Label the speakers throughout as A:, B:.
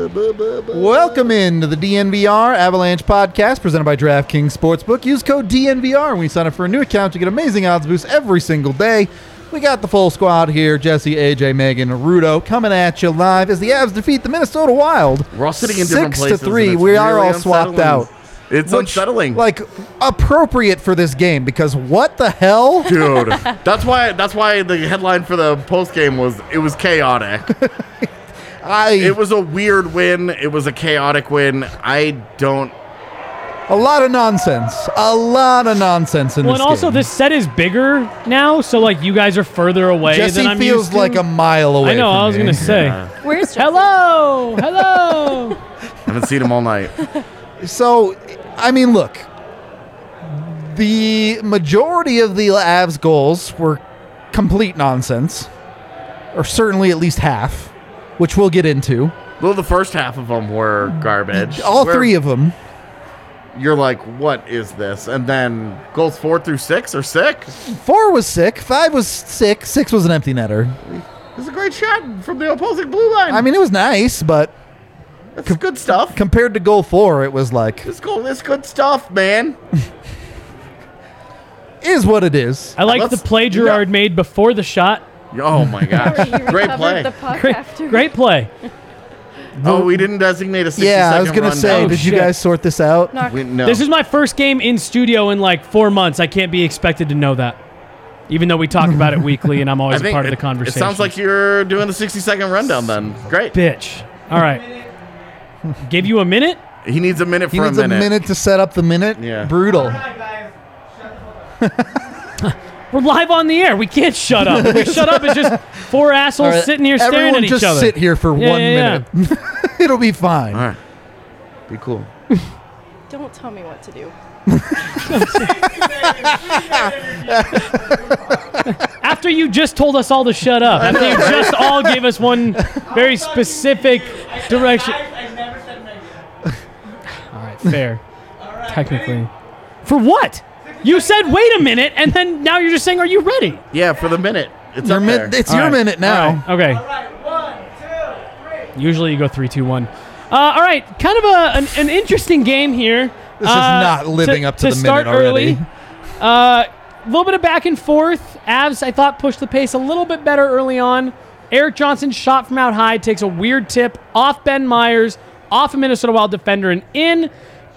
A: Welcome into the DNVR Avalanche podcast presented by DraftKings Sportsbook. Use code DNVR when you sign up for a new account to get amazing odds boosts every single day. We got the full squad here Jesse, AJ, Megan, Rudo coming at you live as the Avs defeat the Minnesota Wild.
B: We're all sitting in
A: Six
B: different places.
A: to three.
B: and it's
A: We are
B: really
A: all swapped
B: unsettling.
A: out.
B: It's
A: Which,
B: unsettling.
A: Like, appropriate for this game because what the hell?
B: dude, that's why. That's why the headline for the post game was it was chaotic.
A: I,
B: it was a weird win. It was a chaotic win. I don't.
A: a lot of nonsense. A lot of nonsense in
C: Well,
A: this
C: and also
A: game.
C: this set is bigger now, so like you guys are further away
A: Jesse
C: than I'm
A: feels
C: used to.
A: like a mile away.
C: I know.
A: from
C: I was
A: me.
C: gonna say.
D: Where's Jesse?
C: Hello, hello.
B: Haven't seen him all night.
A: So, I mean, look, the majority of the Avs goals were complete nonsense, or certainly at least half, which we'll get into.
B: Well, the first half of them were garbage.
A: All
B: Where
A: three of them.
B: You're like, what is this? And then goals four through six are sick.
A: Four was sick, five was sick, six was an empty netter.
B: It's a great shot from the opposing blue line.
A: I mean, it was nice, but
B: it's good stuff.
A: compared to goal four, it was like,
B: This goal, this good stuff, man.
A: is what it is.
C: I like the
B: Let's-
C: play Gerard made before the shot.
B: Oh my gosh,
D: He recovered
B: great play.
D: The puck
C: Great,
D: after
C: great play.
B: Oh, we didn't designate a 60
A: Yeah, I was
B: second
A: going to
B: run
A: say,
C: Oh,
B: down.
A: did you
C: shit.
A: guys sort this out?
D: Knock.
B: We- no.
C: This is my first game in studio in like four months. I can't be expected to know that, even though we talk about it weekly, and I'm always a part of
B: it-
C: the
B: It
C: conversation.
B: sounds like you're doing the 60 second rundown then. Great.
C: bitch. All right, give you a minute.
B: He needs a minute for
A: He needs
B: a minute.
A: a minute to set up the minute.
B: Yeah.
A: Brutal.
C: We're live on the air. We can't shut up. If we shut up, it's just four assholes
A: All right,
C: sitting here staring
A: everyone
C: at each
A: just
C: other.
A: sit here for
C: Yeah,
A: one
C: yeah,
A: minute. It'll be fine.
B: All right. Be cool.
D: Don't tell me what to do.
C: After you just told us all to shut up, after you just all gave us one very specific direction. all right, fair. Technically. For what? You said, wait a minute, and then now you're just saying, are you ready?
B: Yeah, for the minute. It's
A: Your
B: up
A: min-
B: there.
A: it's your
C: All right,
A: minute now.
C: all right, Okay. All right, one, two, three. Usually you go three, two, one. Uh, all right, kind of a, an, an interesting game here. Uh,
A: This is not living up to the minute
C: start
A: already.
C: Early. Uh, a little bit of back and forth. Avs, I thought, pushed the pace a little bit better early on. Eric Johnson shot from out high, takes a weird tip off Ben Myers, off a Minnesota Wild defender, and in.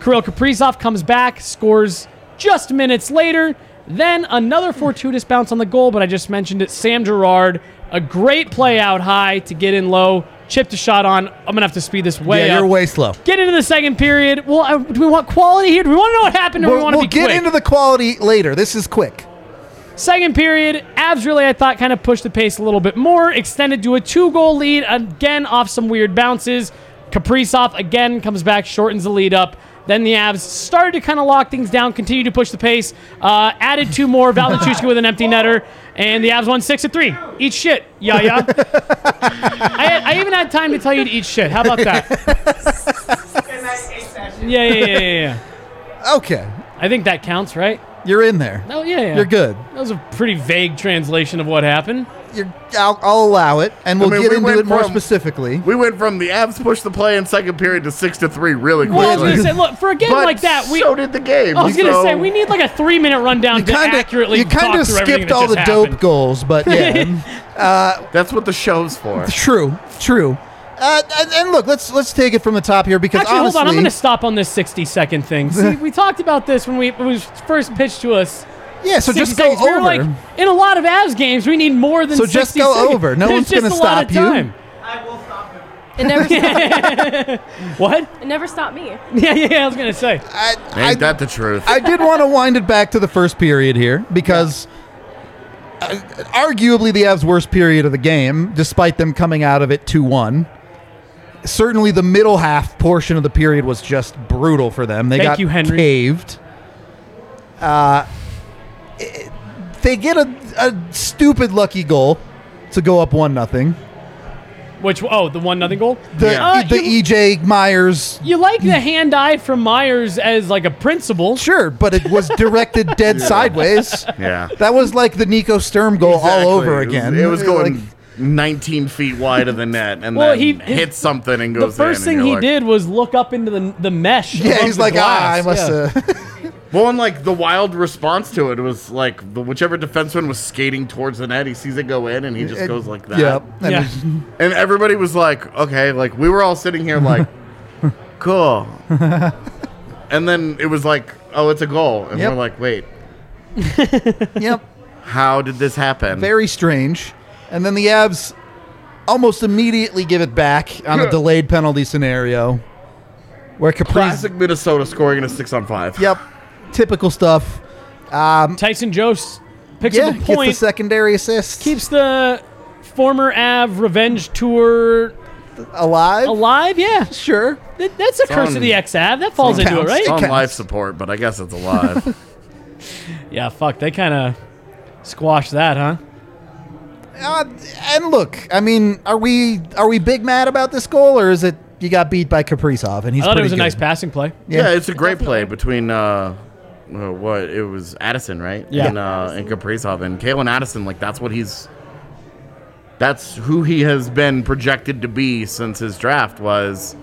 C: Kirill Kaprizov comes back, scores just minutes later. Then another fortuitous bounce on the goal, but I just mentioned it. Sam Gerard, a great play out high to get in low, chipped a shot on. I'm gonna have to speed this way
A: yeah,
C: up.
A: you're way slow.
C: Get into the second period. Well, uh, do we want quality here? Do we want to know what happened, or do we
A: We'll,
C: want to
A: we'll
C: be
A: get
C: quick?
A: into the quality later. This is quick.
C: Second period, Avs really, I thought, kind of pushed the pace a little bit more, extended to a two goal lead, again off some weird bounces. Kaprizov again comes back, shortens the lead up. Then the Avs started to kind of lock things down, continue to push the pace, uh, added two more, Valachushkin with an empty netter, and the Avs won 6 to 3. Eat shit, yeah, yeah. I, I even had time to tell you to eat shit. How about that? yeah, yeah, yeah, yeah, yeah.
A: Okay,
C: I think that counts, right?
A: you're in there.
C: Oh, yeah, yeah.
A: You're good.
C: That was a pretty vague translation of what happened.
A: You're, I'll, I'll allow it, and we'll
B: mean,
A: get
B: we
A: into
B: went
A: it more
B: from-
A: specifically.
B: We went from the Avs push the play in second period to six to three really quickly.
C: Well, I was gonna say, look for a game
B: but
C: like that. We,
B: so did the game.
C: I was gonna
B: so-
C: say we need like a three-minute rundown to
A: Kinda-
C: accurately.
A: you
C: kind of
A: skipped all the dope goals, but yeah,
B: That's what the show's for.
A: true, true. Uh, and, and look, let's let's take it from the top here because
C: Actually,
A: honestly,
C: hold on. I'm going to stop on this 60 second thing. See, we talked about this when we when it was first pitched to us.
A: yeah. So
C: 60
A: just go
C: seconds. We
A: over.
C: were like, in a lot of Avs games, we need more than
A: So
C: 60
A: just go
C: seconds.
A: over. No
C: There's
A: one's
C: just
A: gonna
C: a lot of
A: stop you.
C: time.
D: It never, stopped,
C: What?
D: it never stopped me.
C: Yeah, yeah, yeah, I was going to say.
A: I,
B: Ain't
A: I-
B: that the truth?
A: I did want to wind it back to the first period here because uh, arguably the Avs' worst period of the game, despite them coming out of it 2 1. Certainly the middle half portion of the period was just brutal for them. They
C: Thank
A: got
C: you, Henry.
A: caved. Uh, it- they get a, a stupid lucky goal to go up 1 nothing.
C: Which, oh, the 1 nothing goal?
A: The, e,
B: Yeah.
C: Uh,
A: the e
C: you-
A: EJ Myers
C: You like the hand eye from Myers as like a principal.
A: Sure, but it was directed dead sideways.
B: Yeah.
A: That was like the Nico Sturm goal all
B: Exactly.
A: over
B: It was-
A: again.
B: It was, going
A: Like,
B: 19 feet wide of the net, and
C: Well,
B: then
C: he-
B: he hits something and
C: The
B: goes.
C: first
B: in,
C: thing
B: and
C: he
B: you're like-
C: did was look up into the the mesh.
A: yeah,
C: above
A: he's
C: the
A: like, ah, I
C: glass.
A: must.
C: Yeah.
A: Uh,
B: Well, and like the wild response to it was like the, whichever defenseman was skating towards the net, he sees it go in, and he just goes like that.
A: Yep. And
C: Yeah.
B: And everybody was like, okay, like we were all sitting here like, cool. and then it was like, oh, it's a goal. And
A: Yep.
B: we're like, wait,
A: Yep.
B: how did this happen?
A: Very strange. And then the Avs almost immediately give it back on a delayed penalty scenario, where Capri's.
B: Classic Minnesota scoring a six on five.
A: Yep. Typical stuff.
C: Tyson Jost picks
A: Yeah.
C: up a
A: Gets the
C: point,
A: secondary assist.
C: keeps the former Av revenge tour
A: alive.
C: alive. Yeah,
A: Sure.
C: Th- that's a curse
B: on-
C: of the ex Av. That falls
A: on
C: into it,
A: counts.
C: right?
B: It's on
A: counts.
B: life support, but I guess it's alive.
C: Yeah, fuck. They kind of squashed that, huh?
A: Uh, and look, I mean, are we are we big mad about this goal, or is it you got beat by Kaprizov and he's
C: I thought it
A: pretty
C: was a
A: good?
C: nice passing play.
B: yeah.
A: Yeah.
B: it's a great play between uh, uh, what it was Addison, right?
C: Yeah.
B: And, uh, and Kaprizov and Kalen Addison. Like that's what he's. That's who he has been projected to be since his draft was,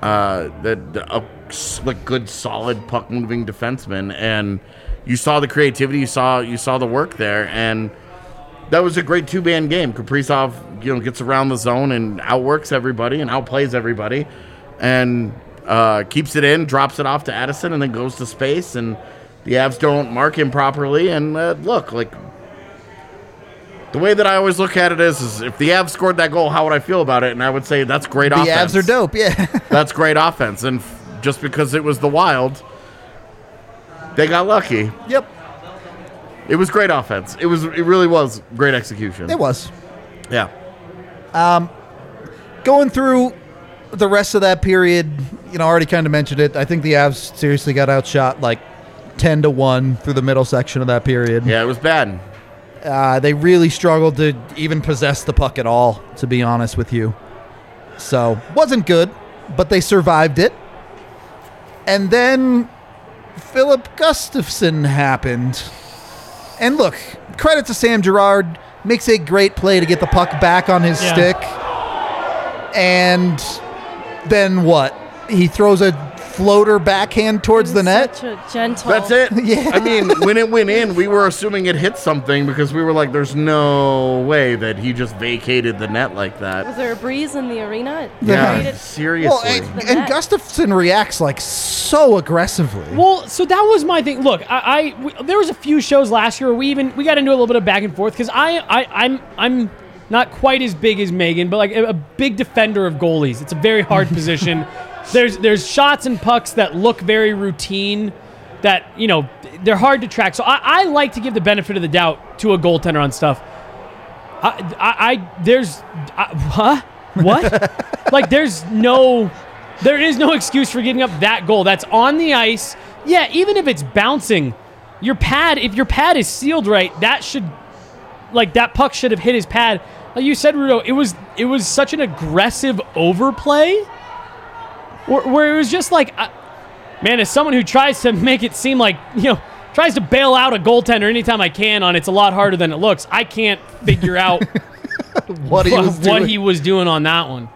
B: uh, the, the a s- like good solid puck moving defenseman, and you saw the creativity, you saw you saw the work there, and that was a great two man game. Kaprizov, you know, gets around the zone and outworks everybody and outplays everybody, and uh, keeps it in, drops it off to Addison, and then goes to space. And the Avs don't mark him properly. And uh, look, like the way that I always look at it is, is if the Avs scored that goal, how would I feel about it? And I would say that's great
A: The
B: offense.
A: Avs are dope. Yeah.
B: That's great offense. And f- just because it was the Wild, they got lucky.
A: yep.
B: It was great offense. It was. It really was great execution.
A: It was
B: Yeah.
A: going through the rest of that period. You know, I already kind of mentioned it. I think the Avs seriously got outshot like ten to one through the middle section of that period.
B: Yeah, it was bad.
A: Uh, they really struggled to even possess the puck at all, to be honest with you. So, wasn't good, but they survived it. And then Philip Gustafson happened. And look, credit to Sam Gerard, makes a great play to get the puck back on his
C: Yeah.
A: stick. And then what? He throws a floater backhand towards the net.
D: Such a gentle.
B: That's it. I mean, when it went in, we were assuming it hit something because we were like, there's no way that he just vacated the net like
D: Was
B: that.
D: there a breeze in the arena? It
B: Yeah,
D: created-
B: seriously.
A: Well, and,
D: The
A: and
D: net.
A: Gustafson reacts like so aggressively.
C: Well, so that was my thing. Look, I, I we, there was a few shows last year where we even we got into a little bit of back and forth because I, I I'm I'm not quite as big as Megan, but like a, a big defender of goalies. It's a very hard position. There's there's shots and pucks that look very routine, that you know they're hard to track. So I, I like to give the benefit of the doubt to a goaltender on stuff. I I, I there's I, huh what like there's no there is no excuse for giving up that goal. That's on the ice. Yeah, even if it's bouncing, your pad, if your pad is sealed right, that should like that puck should have hit his pad. Like you said, Rudo, it was it was such an aggressive overplay where, where it was just like I, man, as someone who tries to make it seem like, you know, tries to bail out a goaltender anytime I can on it's a lot harder than it looks. I can't figure out
A: what he was doing.
C: what he was doing on that one.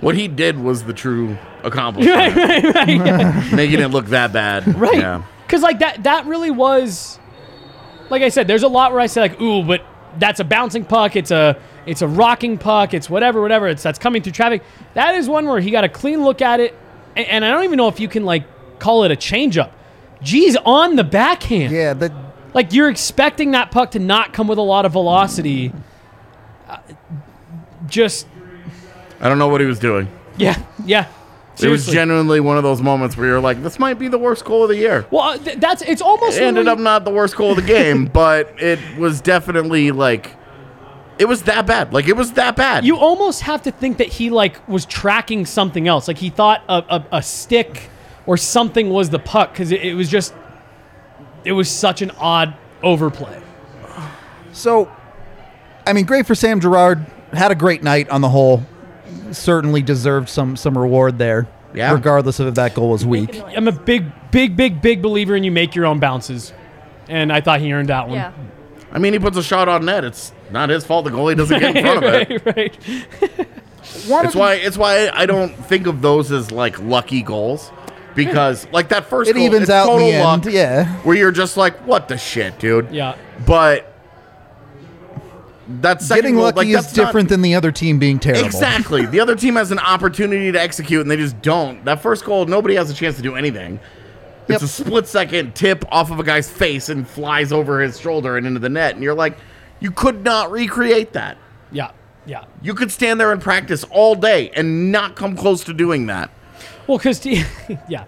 B: what he did was the true accomplishment. Making it look that bad.
C: Right.
B: Yeah.
C: Cause like that that really was like I said, there's a lot where I say like, ooh, but that's a bouncing puck, it's a It's a rocking puck. It's whatever, whatever. It's that's coming through traffic. That is one where he got a clean look at it, and, and I don't even know if you can like call it a changeup. G's on the backhand.
A: Yeah, that
C: Like you're expecting that puck to not come with a lot of velocity. Uh, Just
B: I don't know what he was doing.
C: yeah, yeah.
B: It was
C: Seriously.
B: genuinely one of those moments where you're like, this might be the worst goal of the year.
C: well, uh, th- that's it's almost
B: It ended up
C: literally-
B: not the worst goal of the game, but it was definitely like, it was that bad. Like, it was that bad.
C: You almost have to think that he like was tracking something else. Like he thought a, a, a stick or something was the puck because it, it was just it was such an odd overplay.
A: So, I mean, great for Sam Gerard. Had a great night on the whole. Certainly deserved some some reward there.
B: Yeah.
A: Regardless of if that goal was weak.
C: I'm a big, big, big, big believer in you make your own bounces, and I thought he earned that one.
D: Yeah.
B: I mean, he puts a shot on net. It's not his fault the goalie doesn't get in front of it.
C: right, right.
A: One
B: It's
A: of
B: why it's why I don't think of those as like lucky goals because like that first
A: It
B: goal,
A: evens
B: it's
A: out in
B: total
A: the end,
B: luck,
A: yeah.
B: where you're just like what the shit, dude.
C: Yeah.
B: but that's
A: getting lucky is different
B: than.
A: than the other team being terrible.
B: Exactly. the other team has an opportunity to execute and they just don't. That first goal, nobody has a chance to do anything.
A: Yep.
B: It's a split second tip off of a guy's face and flies over his shoulder and into the net. And you're like, you could not recreate that.
C: Yeah, yeah.
B: You could stand there and practice all day and not come close to doing that.
C: Well, because yeah,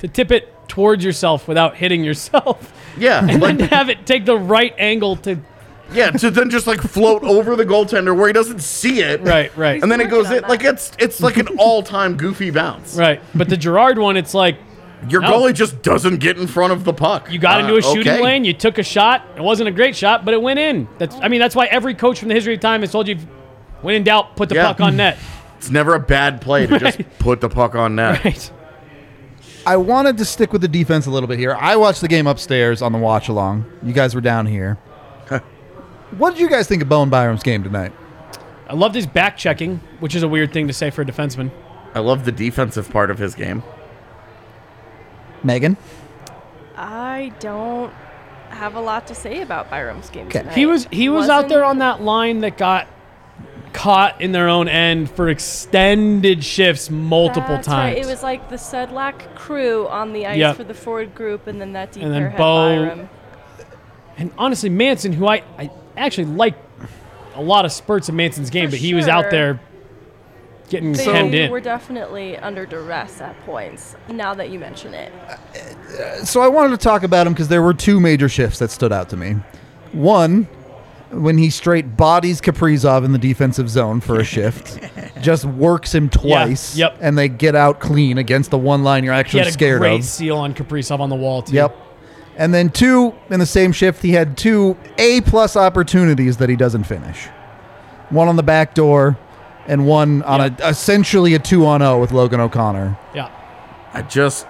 C: to tip it towards yourself without hitting yourself,
B: Yeah.
C: and
B: like-
C: then have it take the right angle to
B: yeah. To then just like float over the goaltender where he doesn't see it.
C: right, right.
B: And then it
D: He's working
B: goes
D: on
B: in.
D: that.
B: Like it's it's like an all time goofy bounce.
C: Right. But the Gerard one, it's like
B: Your
C: No.
B: goalie just doesn't get in front of the puck.
C: you got
B: Uh,
C: into a shooting
B: okay.
C: lane, you took a shot. It wasn't a great shot, but it went in. That's I mean, that's why every coach from the history of time has told you when in doubt, put the
B: Yeah.
C: puck on net.
B: It's never a bad play to just put the puck on net.
C: Right.
A: I wanted to stick with the defense a little bit here. I watched the game upstairs on the watch along. You guys were down here. what did you guys think of Bowen Byram's game tonight?
C: I loved his back checking, which is a weird thing to say for a defenseman.
B: I love the defensive part of his game.
A: Megan?
D: I don't have a lot to say about Byram's game.
A: Okay.
D: tonight.
C: He was he was out
D: Wasn't-
C: there on that line that got caught in their own end for extended shifts multiple
D: That's
C: times.
D: Right. It was like the Sedlak crew on the ice
C: Yep.
D: for the Ford group, and then that deep
C: And then
D: airhead
C: Bo-
D: Byram.
C: and honestly, Manson, who I, I actually like a lot of spurts of Manson's game,
D: For
C: but he was out
D: sure.
C: there getting
D: They
C: hemmed in.
D: were definitely under duress at points. Now that you mention it,
A: So I wanted to talk about him because there were two major shifts that stood out to me. One, when he straight bodies Kaprizov in the defensive zone for a shift, just works him twice.
C: yep.
A: And they get out clean against the one line you're
C: he
A: actually
C: had a
A: scared
C: great
A: of.
C: seal on Kaprizov on the wall too.
A: Yep. And then two in the same shift, he had two A plus opportunities that he doesn't finish. One on the back door, and one on a essentially a two on zero with Logan O'Connor.
C: Yeah.
B: I just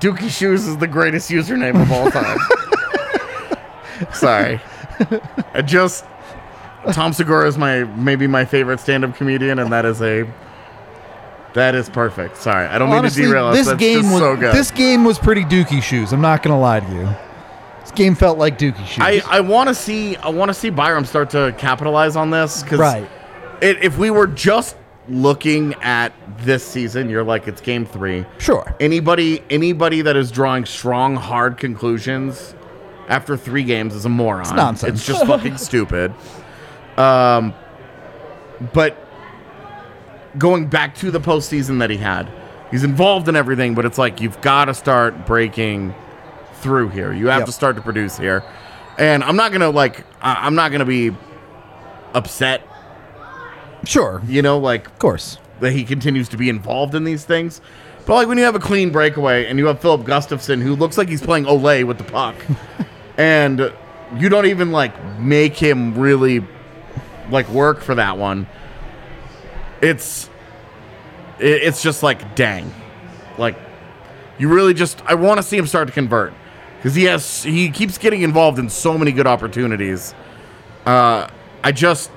B: Dookie Shoes is the greatest username of all time. Sorry. I just Tom Segura is my maybe my favorite stand-up comedian, and that is a that is perfect. Sorry, I don't
A: Honestly,
B: mean to derail us.
A: this
B: That's
A: game
B: just
A: was
B: so good.
A: this game was pretty Dookie shoes. I'm not gonna lie to you. This game felt like Dookie shoes.
B: I, I want to see I want to see Byram start to capitalize on this because
A: Right.
B: it, if we were just looking at this season, you're like it's game three.
A: sure.
B: Anybody anybody that is drawing strong hard conclusions after three games is a moron. It's
A: nonsense.
B: It's just fucking stupid. Um, but going back to the postseason that he had, he's involved in everything, but it's like you've got to start breaking through here. You have
A: Yep.
B: to start to produce here. And I'm not gonna like I- I'm not gonna be upset,
A: Sure. Of
B: you know, like
A: course.
B: that he continues to be involved in these things. But like when you have a clean breakaway and you have Philip Gustafson who looks like he's playing Olay with the puck, and you don't even like make him really like work for that one. It's it, it's just like dang, like you really just I want to see him start to convert because he has he keeps getting involved in so many good opportunities. Uh, I just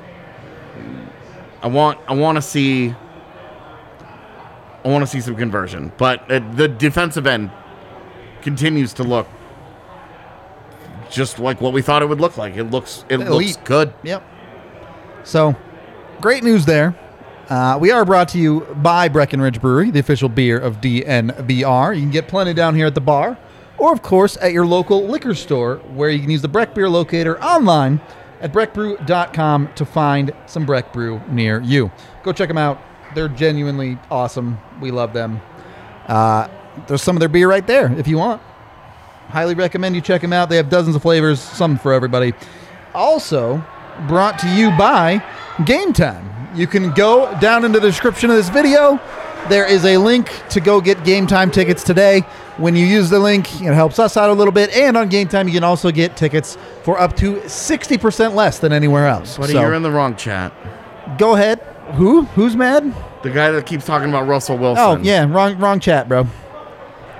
B: I want I want to see I want to see some conversion, but uh, the defensive end continues to look just like what we thought it would look like. It looks it looks
A: Elite.
B: good.
A: Yep. So, great news there. Uh, we are brought to you by Breckenridge Brewery, the official beer of DNBR. You can get plenty down here at the bar, or of course at your local liquor store, where you can use the Breck Beer Locator online at breckbrew.com to find some Breck Brew near you. Go check them out. They're genuinely awesome. We love them. Uh, there's some of their beer right there if you want. Highly recommend you check them out. They have dozens of flavors, some for everybody. Also, brought to you by Game Time. You can go down into the description of this video. There is a link to go get Game Time tickets today. When you use the link, it helps us out a little bit. And on Game Time, you can also get tickets for up to 60% less than anywhere else.
B: Buddy,
A: So,
B: you're in the wrong chat.
A: go ahead. Who? Who's mad?
B: The guy that keeps talking about Russell Wilson.
A: Oh, yeah. Wrong, wrong chat, bro.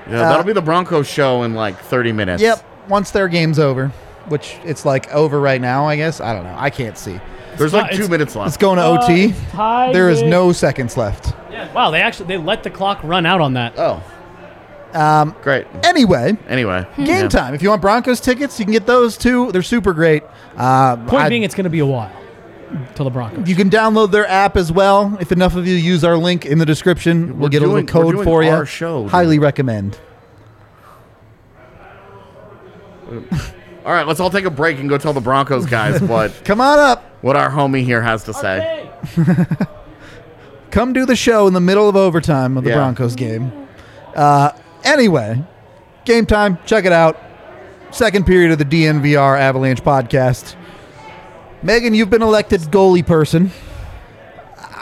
B: Yeah, that'll be the Broncos show in like 30 minutes.
A: Yep. Once their game's over, which it's like over right now, I guess. I don't know. I can't see.
B: There's
C: not-
B: like
C: it's-
B: two minutes left.
A: It's going to
C: Uh,
A: OT.
C: it's tied
A: There is
C: with-
A: no seconds left.
C: Yeah, wow, they actually they let the clock run out on that.
B: Oh,
A: Um,
B: great.
A: anyway,
B: Anyway,
A: game
B: yeah.
A: time. If you want Broncos tickets, you can get those too. They're super great. Uh,
C: Point
A: I-
C: being, it's going to be a while till the Broncos.
A: you can download their app as well. If enough of you use our link in the description, we'll
B: We're
A: get a
B: doing-
A: little code
B: we're doing
A: for you.
B: our show, dude.
A: Highly recommend.
B: All right, let's all take a break and go tell the Broncos guys what
A: Come on up.
B: what our homie here has to say.
A: Come do the show in the middle of overtime of the
B: Yeah.
A: Broncos game. Uh, anyway, game time. Check it out. Second period of the DNVR Avalanche podcast. Megan, you've been elected goalie person.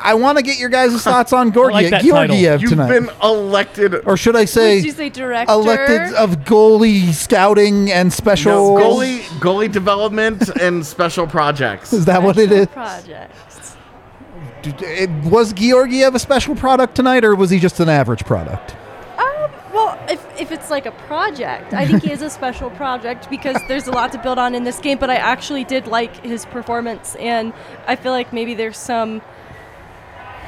A: I want to get your guys' thoughts on Gorgie,
C: like that title.
A: Georgiev
B: You've
A: tonight.
B: been elected
A: or should I say,
D: Would you say director?
A: elected of goalie scouting and special
B: No, goalie goalie development and special projects.
A: Is that what it
D: Special
A: is?
D: Projects.
A: D- d- it- Was Georgiev a special product tonight, or was he just an average product?
D: Um, well, if, if it's like a project, I think he is a special project because there's a lot to build on in this game, but I actually did like his performance, and I feel like maybe there's some.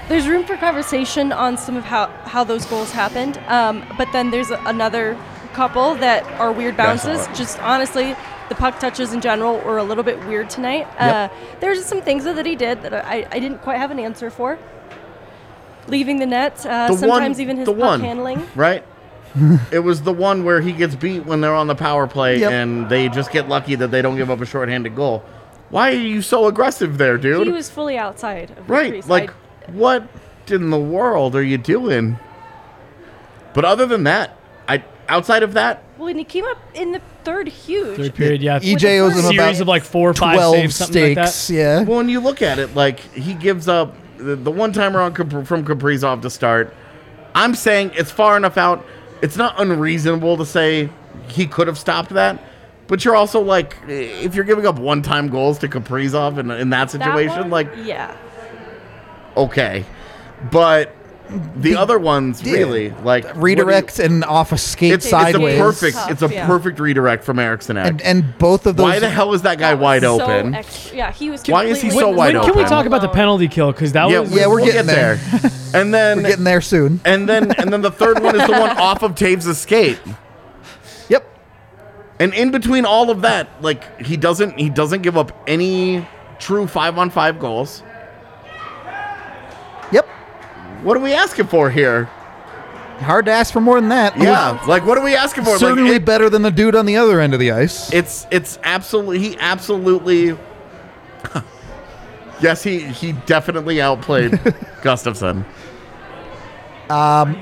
D: There's room for conversation on some of how, how those goals happened, um, but then there's a, another couple that are weird bounces.
B: Definitely.
D: Just honestly, the puck touches in general were a little bit weird tonight.
A: Yep.
D: Uh, there's just some things that he did that I, I didn't quite have an answer for. Leaving the net, uh,
B: the
D: sometimes
B: one,
D: even his
B: the
D: puck
B: one,
D: handling.
B: right? it was the one where he gets beat when they're on the power play
A: Yep.
B: and they just get lucky that they don't give up a shorthanded goal. Why are you so aggressive there, dude?
D: He was fully outside of the
B: right,
D: crease.
B: like what in the world are you doing? But other than that, I outside of that,
D: I- when he came up in the third huge,
C: Third period, yeah.
B: E
A: EJ E owes him
C: series
A: about
C: of like four or five
A: 12
C: saves, something like that.
A: stakes. Yeah.
B: Well, when you look at it, like he gives up the, the one timer on Kap- from Kaprizov to start. I'm saying it's far enough out. It's not unreasonable to say he could have stopped that, but you're also like, if you're giving up one time goals to Kaprizov in, in that
D: that
B: situation,
D: one,
B: like
D: yeah,
B: okay, but the, other ones
A: yeah.
B: really like what do you-
A: Redirect and off a skate
B: it's, it's a
A: sideways.
B: perfect. It's a
D: Yeah.
B: perfect redirect from Erickson.
A: and, and both of those.
B: Why the hell is that guy
D: That was
B: wide
D: so
B: open?
D: extra- yeah, he was.
B: Why is he
D: completely
B: so
D: in the
B: wide
C: When
D: zone
C: can we
B: open.
C: talk about the
D: alone.
C: penalty kill? Because that
B: yeah,
C: was
B: we-
A: Yeah, we're
B: we'll
A: getting
B: get there. and then
A: We're getting there soon.
B: And then and then the third one is the one off of Taves' escape.
A: Yep.
B: And in between all of that, like he doesn't he doesn't give up any true five on five goals.
A: Yep.
B: What are we asking for here?
A: Hard to ask for more than that.
B: Yeah, like what are we asking for? Like,
A: Certainly
B: it-
A: better than the dude on the other end of the ice.
B: it's it's absolutely he absolutely. yes, he he definitely outplayed Gustafson.
A: So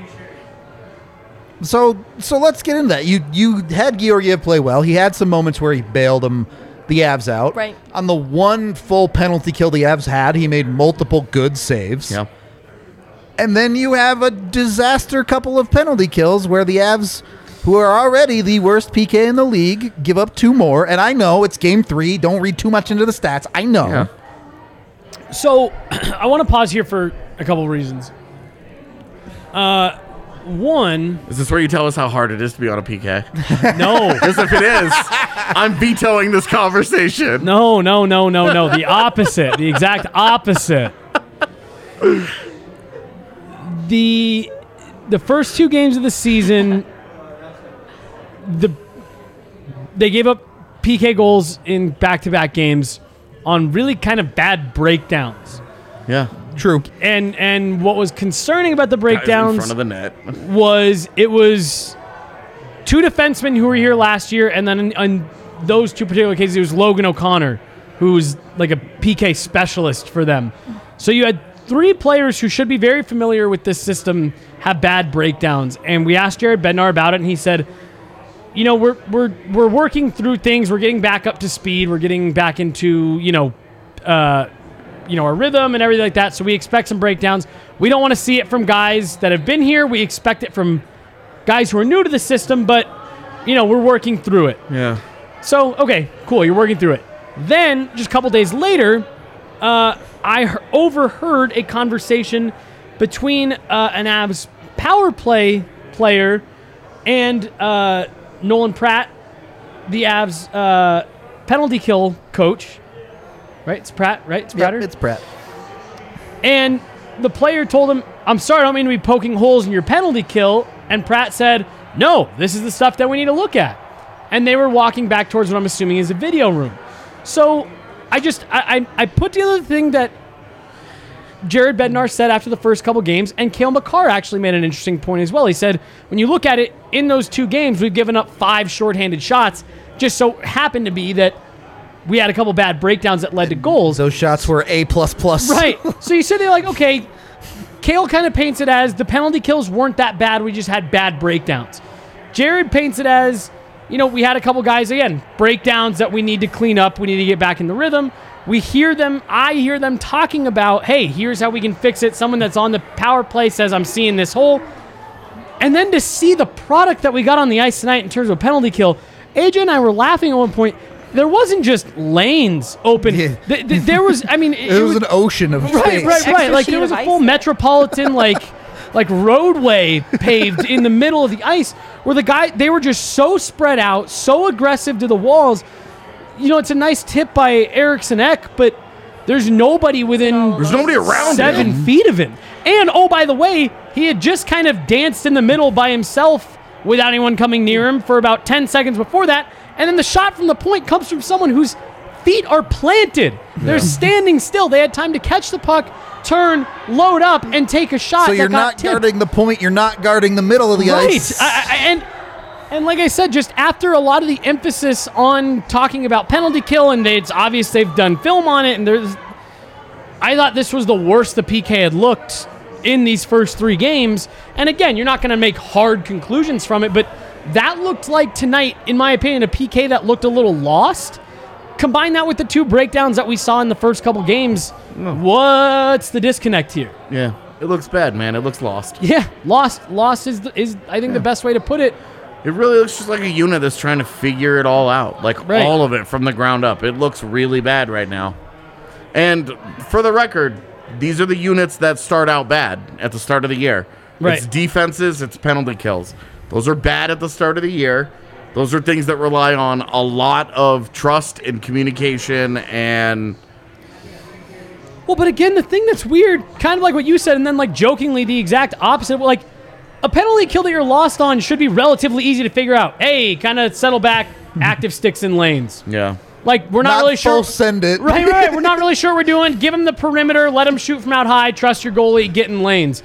A: so let's get into that. You you had Georgiev play well. He had some moments where he bailed him the Avs out.
D: Right.
A: On the one full penalty kill the Avs had, he made multiple good saves.
B: Yeah.
A: And then you have a disaster couple of penalty kills where the Avs, who are already the worst PK in the league, give up two more. And I know it's game three. Don't read too much into the stats. I know.
B: Yeah.
C: So I want to pause here for a couple of reasons. Uh, one,
B: Is this where you tell us how hard it is to be on a PK?
C: no,
B: Because if it is, I'm vetoing this conversation.
C: no, no, no, no, no. The opposite, the exact opposite. The the first two games of the season, the they gave up PK goals in back-to-back games on really kind of bad breakdowns.
B: Yeah.
A: True.
C: And and what was concerning about the
B: Guys in
C: breakdowns
B: front of the net.
C: was it was two defensemen who were here last year, and then in, in those two particular cases, it was Logan O'Connor, who was like a PK specialist for them. So you had three players who should be very familiar with this system have bad breakdowns, and we asked Jared Bednar about it, and he said. You know we're we're we're working through things. We're getting back up to speed. We're getting back into you know you know, our rhythm and everything like that. So we expect some breakdowns. We don't want to see it from guys that have been here. We expect it from guys who are new to the system, but you know, we're working through it.
B: Yeah.
C: So okay, cool. You're working through it. Then just a couple days later, uh, I he- overheard a conversation between uh, an Avs power play player and uh, Nolan Pratt, the Avs uh, penalty kill coach. Right, it's Pratt. Right, it's Pratter.
A: it's Pratt.
C: And the player told him, I'm sorry, I don't mean to be poking holes in your penalty kill. And Pratt said, No, this is the stuff that we need to look at. And they were walking back towards what I'm assuming is a video room. So I just, I, I, I put together the thing that Jared Bednar said after the first couple games, and Kale McCarr actually made an interesting point as well. He said, when you look at it, in those two games, we've given up five shorthanded shots. Just so happened to be that we had a couple bad breakdowns that led to goals.
A: Those shots were A plus plus.
C: Right. So you sit there like, okay, Kale kind of paints it as the penalty kills weren't that bad. We just had bad breakdowns. Jared paints it as, you know, we had a couple guys again breakdowns that we need to clean up. We need to get back in the rhythm. We hear them. I hear them talking about, hey, here's how we can fix it. Someone that's on the power play says, I'm seeing this hole. And then to see the product that we got on the ice tonight in terms of a penalty kill, AJ and I were laughing at one point. There wasn't just lanes open.
A: Yeah.
C: Th- th- there was, I mean, it,
A: It was an ocean of
C: right,
A: space.
C: right, right.
D: Extra
C: Like
D: sheet
C: there was
D: of
C: a full
D: ice.
C: metropolitan like like roadway paved in the middle of the ice where the guy they were just so spread out, so aggressive to the walls. You know, it's a nice tip by Erickson Eck, but there's nobody within
B: There's nobody around
C: seven
B: him.
C: feet of him. And oh, by the way, he had just kind of danced in the middle by himself without anyone coming near him for about 10 seconds before that. And then the shot from the point comes from someone whose feet are planted. They're standing still. They had time to catch the puck, turn, load up, and take a shot.
A: So
C: that
A: you're
C: got
A: not
C: tipped.
A: guarding the point. You're not guarding the middle of the ice.
C: Right. I, I, and and like I said, just after a lot of the emphasis on talking about penalty kill, and they, it's obvious they've done film on it, and there's, I thought this was the worst the PK had looked in these first three games. And again, you're not going to make hard conclusions from it, but that looked like tonight, in my opinion, a PK that looked a little lost. Combine that with the two breakdowns that we saw in the first couple games. What's the disconnect here?
B: Yeah. It looks bad, man. It looks lost.
C: Yeah, lost. Lost is the, is I think the best way to put it.
B: It really looks just like a unit that's trying to figure it all out, like
C: Right.
B: all of it from the ground up. It looks really bad right now. And for the record, these are the units that start out bad at the start of the year. It's
C: Right.
B: defenses, it's penalty kills. Those are bad at the start of the year. Those are things that rely on a lot of trust and communication and
C: Well, but again, the thing that's weird, kind of like what you said, and then like jokingly the exact opposite. Like a penalty kill that you're lost on should be relatively easy to figure out. Hey, kind of settle back, active sticks in lanes.
B: yeah.
C: Like we're not,
A: Not
C: really sure.
A: full send it.
C: Right, right. We're not really sure what we're doing. Give him the perimeter. Let him shoot from out high. Trust your goalie. Get in lanes.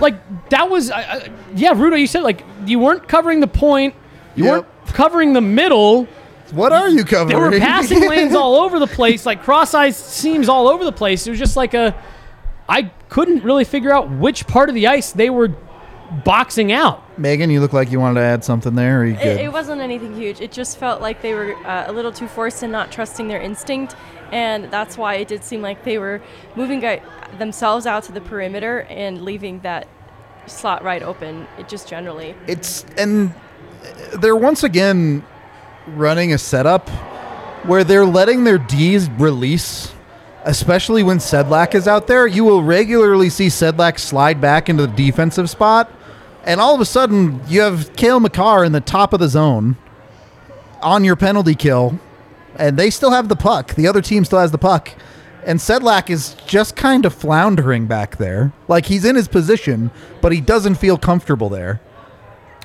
C: Like that was, uh, uh, yeah, Rudo. You said like you weren't covering the point. You
A: Yep.
C: weren't covering the middle.
A: What are you covering?
C: They were passing lanes all over the place, like cross-eyed seams all over the place. It was just like a, I couldn't really figure out which part of the ice they were boxing out.
A: Megan, you look like you wanted to add something there. Are you good?
D: It, it wasn't anything huge. It just felt like they were uh, a little too forced and not trusting their instinct, and that's why it did seem like they were moving guy- themselves out to the perimeter and leaving that slot right open. It just generally.
A: it's and they're once again running a setup where they're letting their D's release, especially when Sedlak is out there. You will regularly see Sedlak slide back into the defensive spot, and all of a sudden you have Kale McCarr in the top of the zone on your penalty kill, and they still have the puck. The other team still has the puck. And Sedlak is just kind of floundering back there. Like he's in his position, but he doesn't feel comfortable there.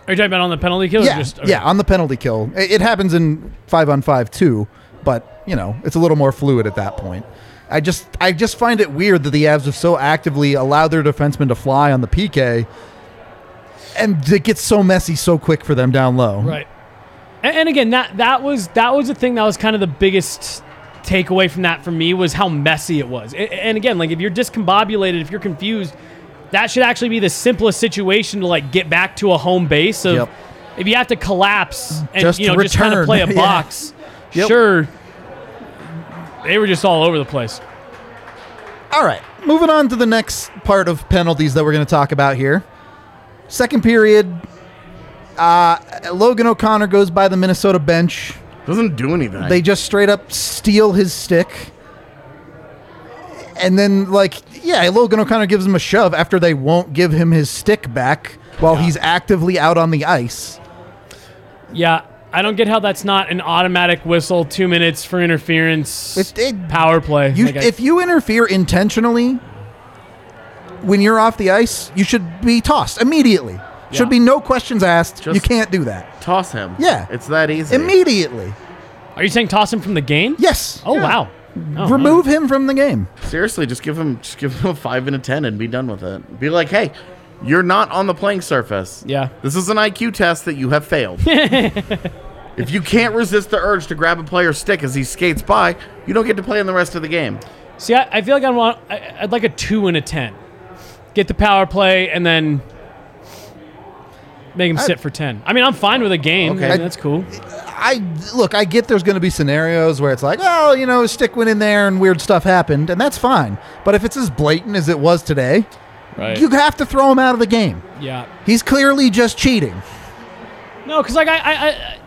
C: Are you talking about on the penalty kill? or
A: Yeah,
C: just- okay.
A: yeah, on the penalty kill. It, it happens in five on five too, but you know it's a little more fluid at that point. I just I just find it weird that the Avs have so actively allowed their defensemen to fly on the PK, and it gets so messy so quick for them down low.
C: Right. And, and again, that that was that was the thing that was kind of the biggest takeaway from that for me was how messy it was. A- And, again, like if you're discombobulated, if you're confused, that should actually be the simplest situation to like get back to a home base. Of
A: Yep.
C: if you have to collapse and
A: Just
C: you know just kind
A: return.
C: of play a
A: Yeah.
C: box,
A: Yep.
C: sure. They were just all over the place.
A: All right, moving on to the next part of penalties that we're going to talk about here. Second period, uh, Logan O'Connor goes by the Minnesota bench.
B: Doesn't do anything.
A: They just straight up steal his stick. And then, like, yeah, Logan O'Connor gives him a shove after they won't give him his stick back while he's actively out on the ice.
C: Yeah, I don't get how that's not an automatic whistle. Two minutes for interference.
A: It- it-
C: power play.
A: You,
C: Like, I-
A: if you interfere intentionally when you're off the ice, you should be tossed immediately.
C: Yeah.
A: Should be no questions asked. you
B: Just-
A: can't do that.
B: toss him.
A: Yeah.
B: It's that easy.
A: Immediately.
C: are you saying toss him from the game?
A: Yes.
C: Oh
A: Yeah.
C: wow. Oh,
A: Remove him from the game.
B: Seriously, just give him just give him a five and a ten and be done with it. Be like, hey, you're not on the playing surface.
C: Yeah.
B: This is an IQ test that you have failed. if you can't resist the urge to grab a player's stick as he skates by, you don't get to play in the rest of the game.
C: See, I, I feel like I want. I, I'd like a two and a ten. Get the power play and then make him sit for ten. I mean, I'm fine with a game.
B: Okay.
C: I mean, that's cool.
A: I look, I get there's going to be scenarios where it's like, oh, you know, his stick went in there and weird stuff happened, and that's fine. But if it's as blatant as it was today,
C: Right.
A: you have to throw him out of the game.
C: yeah.
A: He's clearly just cheating.
C: No, because like I, I, I,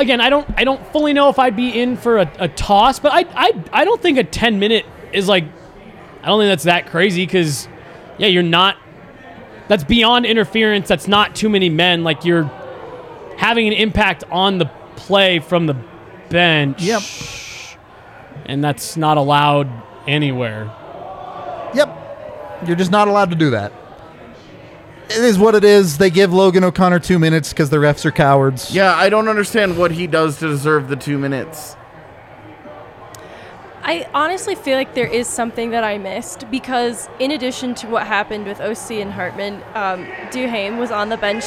C: again, I don't, I don't fully know if I'd be in for a, a toss, but I, I, I don't think a ten minute is like, I don't think that's that crazy because, yeah, you're not. That's beyond interference. That's not too many men. Like you're having an impact on the play from the bench.
A: Yep.
C: And that's not allowed anywhere.
A: Yep. You're just not allowed to do that. It is what it is. They give Logan O'Connor two minutes because the refs are cowards.
B: Yeah, I don't understand what he does to deserve the two minutes.
D: I honestly feel like there is something that I missed because, in addition to what happened with OC and Hartman, um, Duhame was on the bench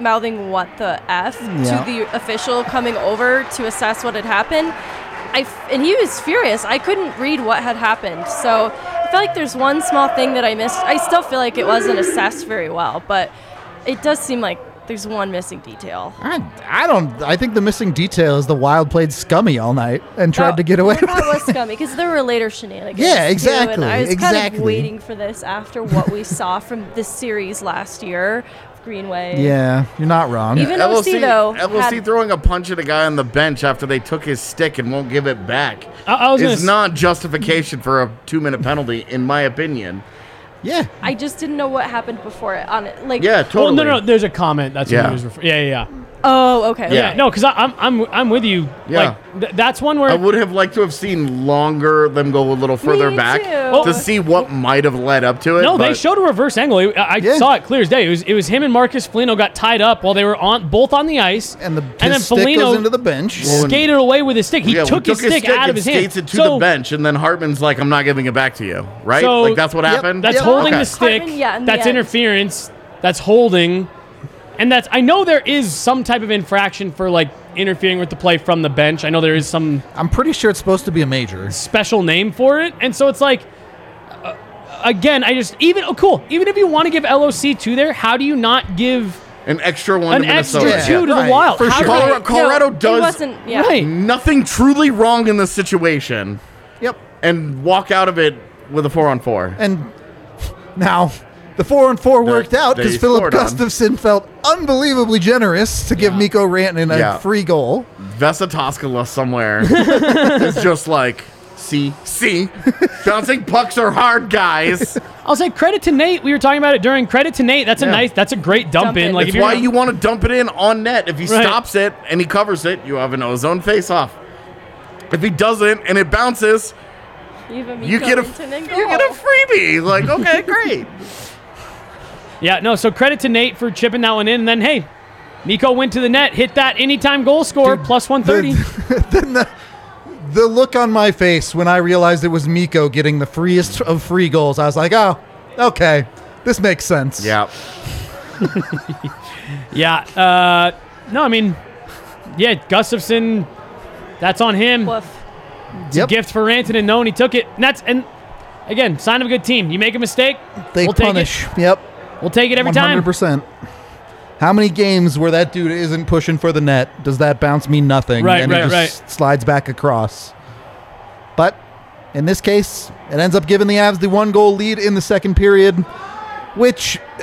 D: mouthing "What the f"
A: Yeah.
D: to the official coming over to assess what had happened. I f- and he was furious. I couldn't read what had happened, so I feel like there's one small thing that I missed. I still feel like it wasn't assessed very well, but it does seem like there's one missing detail.
A: I, I don't. I think the missing detail is the Wild played scummy all night and tried
D: Oh,
A: to get away
D: well,
A: with
D: That
A: it.
D: was scummy because there were later shenanigans.
A: Yeah,
D: too,
A: exactly,
D: and I was kind
A: exactly.
D: of waiting for this after what we saw from this series last year, Greenway.
A: Yeah, you're not wrong.
D: Even OC though.
B: LOC
D: had-
B: throwing a punch at a guy on the bench after they took his stick and won't give it back
C: I- I was gonna
B: is
C: s-
B: not justification for a two minute penalty, in my opinion.
A: yeah.
D: I just didn't know what happened before it. On it, like
B: Yeah, totally.
C: Well, Oh, no, no, there's a comment. That's what
B: Yeah.
C: he was referring. Yeah, yeah, yeah.
D: Oh, okay.
B: Yeah.
C: Yeah, no, because I'm, I'm, I'm with you.
B: Yeah.
C: Like, th- that's one where
B: I would have liked to have seen longer them go a little further
D: Me
B: back
D: too.
B: to see what might have led up to it.
C: No, they
B: but
C: showed a reverse angle. I, I
A: Yeah.
C: saw it clear as day. It was it was him and Marcus Foligno got tied up while they were on both on the ice,
A: And the his
C: and then
A: stick
C: Foligno
A: goes into the bench.
C: skated away with his stick. He
B: yeah,
C: took, his, stick out
B: and
C: of his hand.
B: skates it to
C: so
B: the bench, and then Hartman's like, "I'm not giving it back to you." Right?
C: So-
B: like that's what
A: Yep,
B: happened.
C: that's
A: Yeah.
C: holding
B: Okay.
C: the stick.
D: Hartman, yeah, in the
C: that's
D: end.
C: interference. That's holding, and that's. I know there is some type of infraction for like interfering with the play from the bench. I know there is some
A: I'm pretty sure it's supposed to be a major.
C: special name for it. And so it's like, uh, again, I just even oh cool. Even if you want to give LOC two there, how do you not give
B: An extra one
C: an
B: to Minnesota.
C: extra two to
A: Right,
C: the Wild?
A: for
C: How
A: sure.
C: do
B: Colorado,
C: you-
B: Colorado
D: No, it
B: does
D: wasn't- yeah.
C: Right.
B: nothing truly wrong in this situation,
A: Yep.
B: and walk out of it with a four on four.
A: And now the four and four worked out because
B: they
A: Philip
B: scored on.
A: Gustafson felt unbelievably generous to give Miko Rantanen a
B: Yeah.
A: free goal.
B: Vesa Toskala somewhere is just like, see, see, bouncing pucks are hard, guys.
C: I'll say credit to Nate. We were talking about it during credit to Nate. That's a
B: Yeah.
C: nice. That's a great dump,
D: Dump
C: in.
D: in.
C: Like
B: That's
C: if you're
B: why
C: gonna-
B: you want to dump it in on net. If he
C: Right.
B: stops it and he covers it, you have an ozone face off. If he doesn't and it bounces,
D: Even
B: you get a you get a freebie. Like, okay, great.
C: Yeah, no. So credit to Nate for chipping that one in. And then hey, Nico went to the net, hit that anytime goal score,
A: Dude,
C: plus 130.
A: The, then the, the look on my face when I realized it was Miko getting the freest of free goals, I was like, oh, okay, this makes sense.
B: Yeah.
C: yeah. Uh, no, I mean, yeah, Gustafson, that's on him.
D: Woof.
C: It's
A: Yep.
C: a gift for Ranton and known he took it. And that's and again, sign of a good team. You make a mistake,
A: They
C: we'll
A: punish. Yep.
C: take it. We'll take it every time.
A: 100%. How many games where that dude isn't pushing for the net? Does that bounce mean nothing?
C: Right,
A: and
C: right,
A: it just slides back across. But in this case, it ends up giving the Avs the one goal lead in the second period, which uh,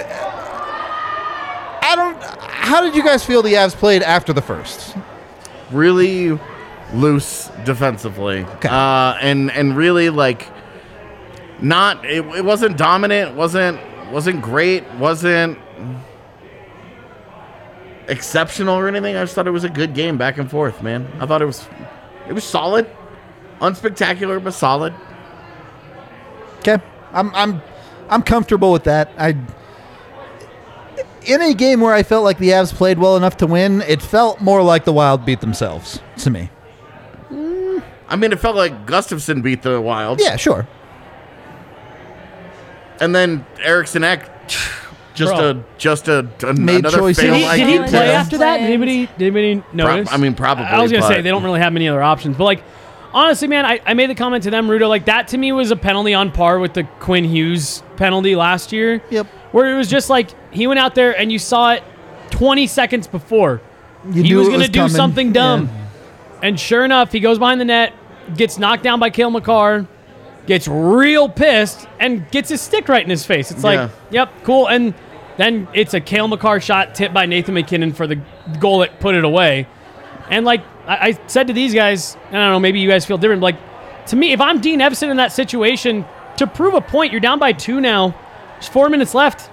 A: I don't. How did you guys feel the Avs played after the first?
B: really loose defensively, uh, and and really like not. It, it wasn't dominant. wasn't wasn't great. wasn't exceptional or anything. I just thought it was a good game back and forth, man. I thought it was it was solid, unspectacular but solid.
A: Okay, I'm I'm I'm comfortable with that. I in a game where I felt like the Avs played well enough to win, it felt more like the Wild beat themselves to me.
B: I mean, it felt like Gustafson beat the Wild,
A: Yeah, sure.
B: and then Erickson Eck. Just
C: Bro.
B: a just a, a
A: Made
B: another
A: choices.
C: Did
B: fail
C: he,
D: Like
C: did he
D: it.
C: play
D: Yeah.
C: after that? Did
D: Plans.
C: anybody did anybody notice?
B: I mean, probably,
C: I was gonna say
B: but-
C: they don't really have many other options, but like honestly, man, I, I made the comment to them, Rudo, like that to me was a penalty on par with the Quinn Hughes penalty last year.
A: Yep.
C: Where it was just like he went out there and you saw it twenty seconds before.
A: You
C: he
A: knew
C: was
A: it
C: going to do
A: coming.
C: something dumb. And sure enough, he goes behind the net, gets knocked down by Kale McCarr, gets real pissed, and gets his stick right in his face. It's like,
B: Yeah.
C: yep, cool. And then it's a Kale McCarr shot tipped by Nathan McKinnon for the goal that put it away. And like I, I said to these guys, and I don't know, maybe you guys feel different. but, Like to me, if I'm Dean Evison in that situation, to prove a point, you're down by two now. There's four minutes left.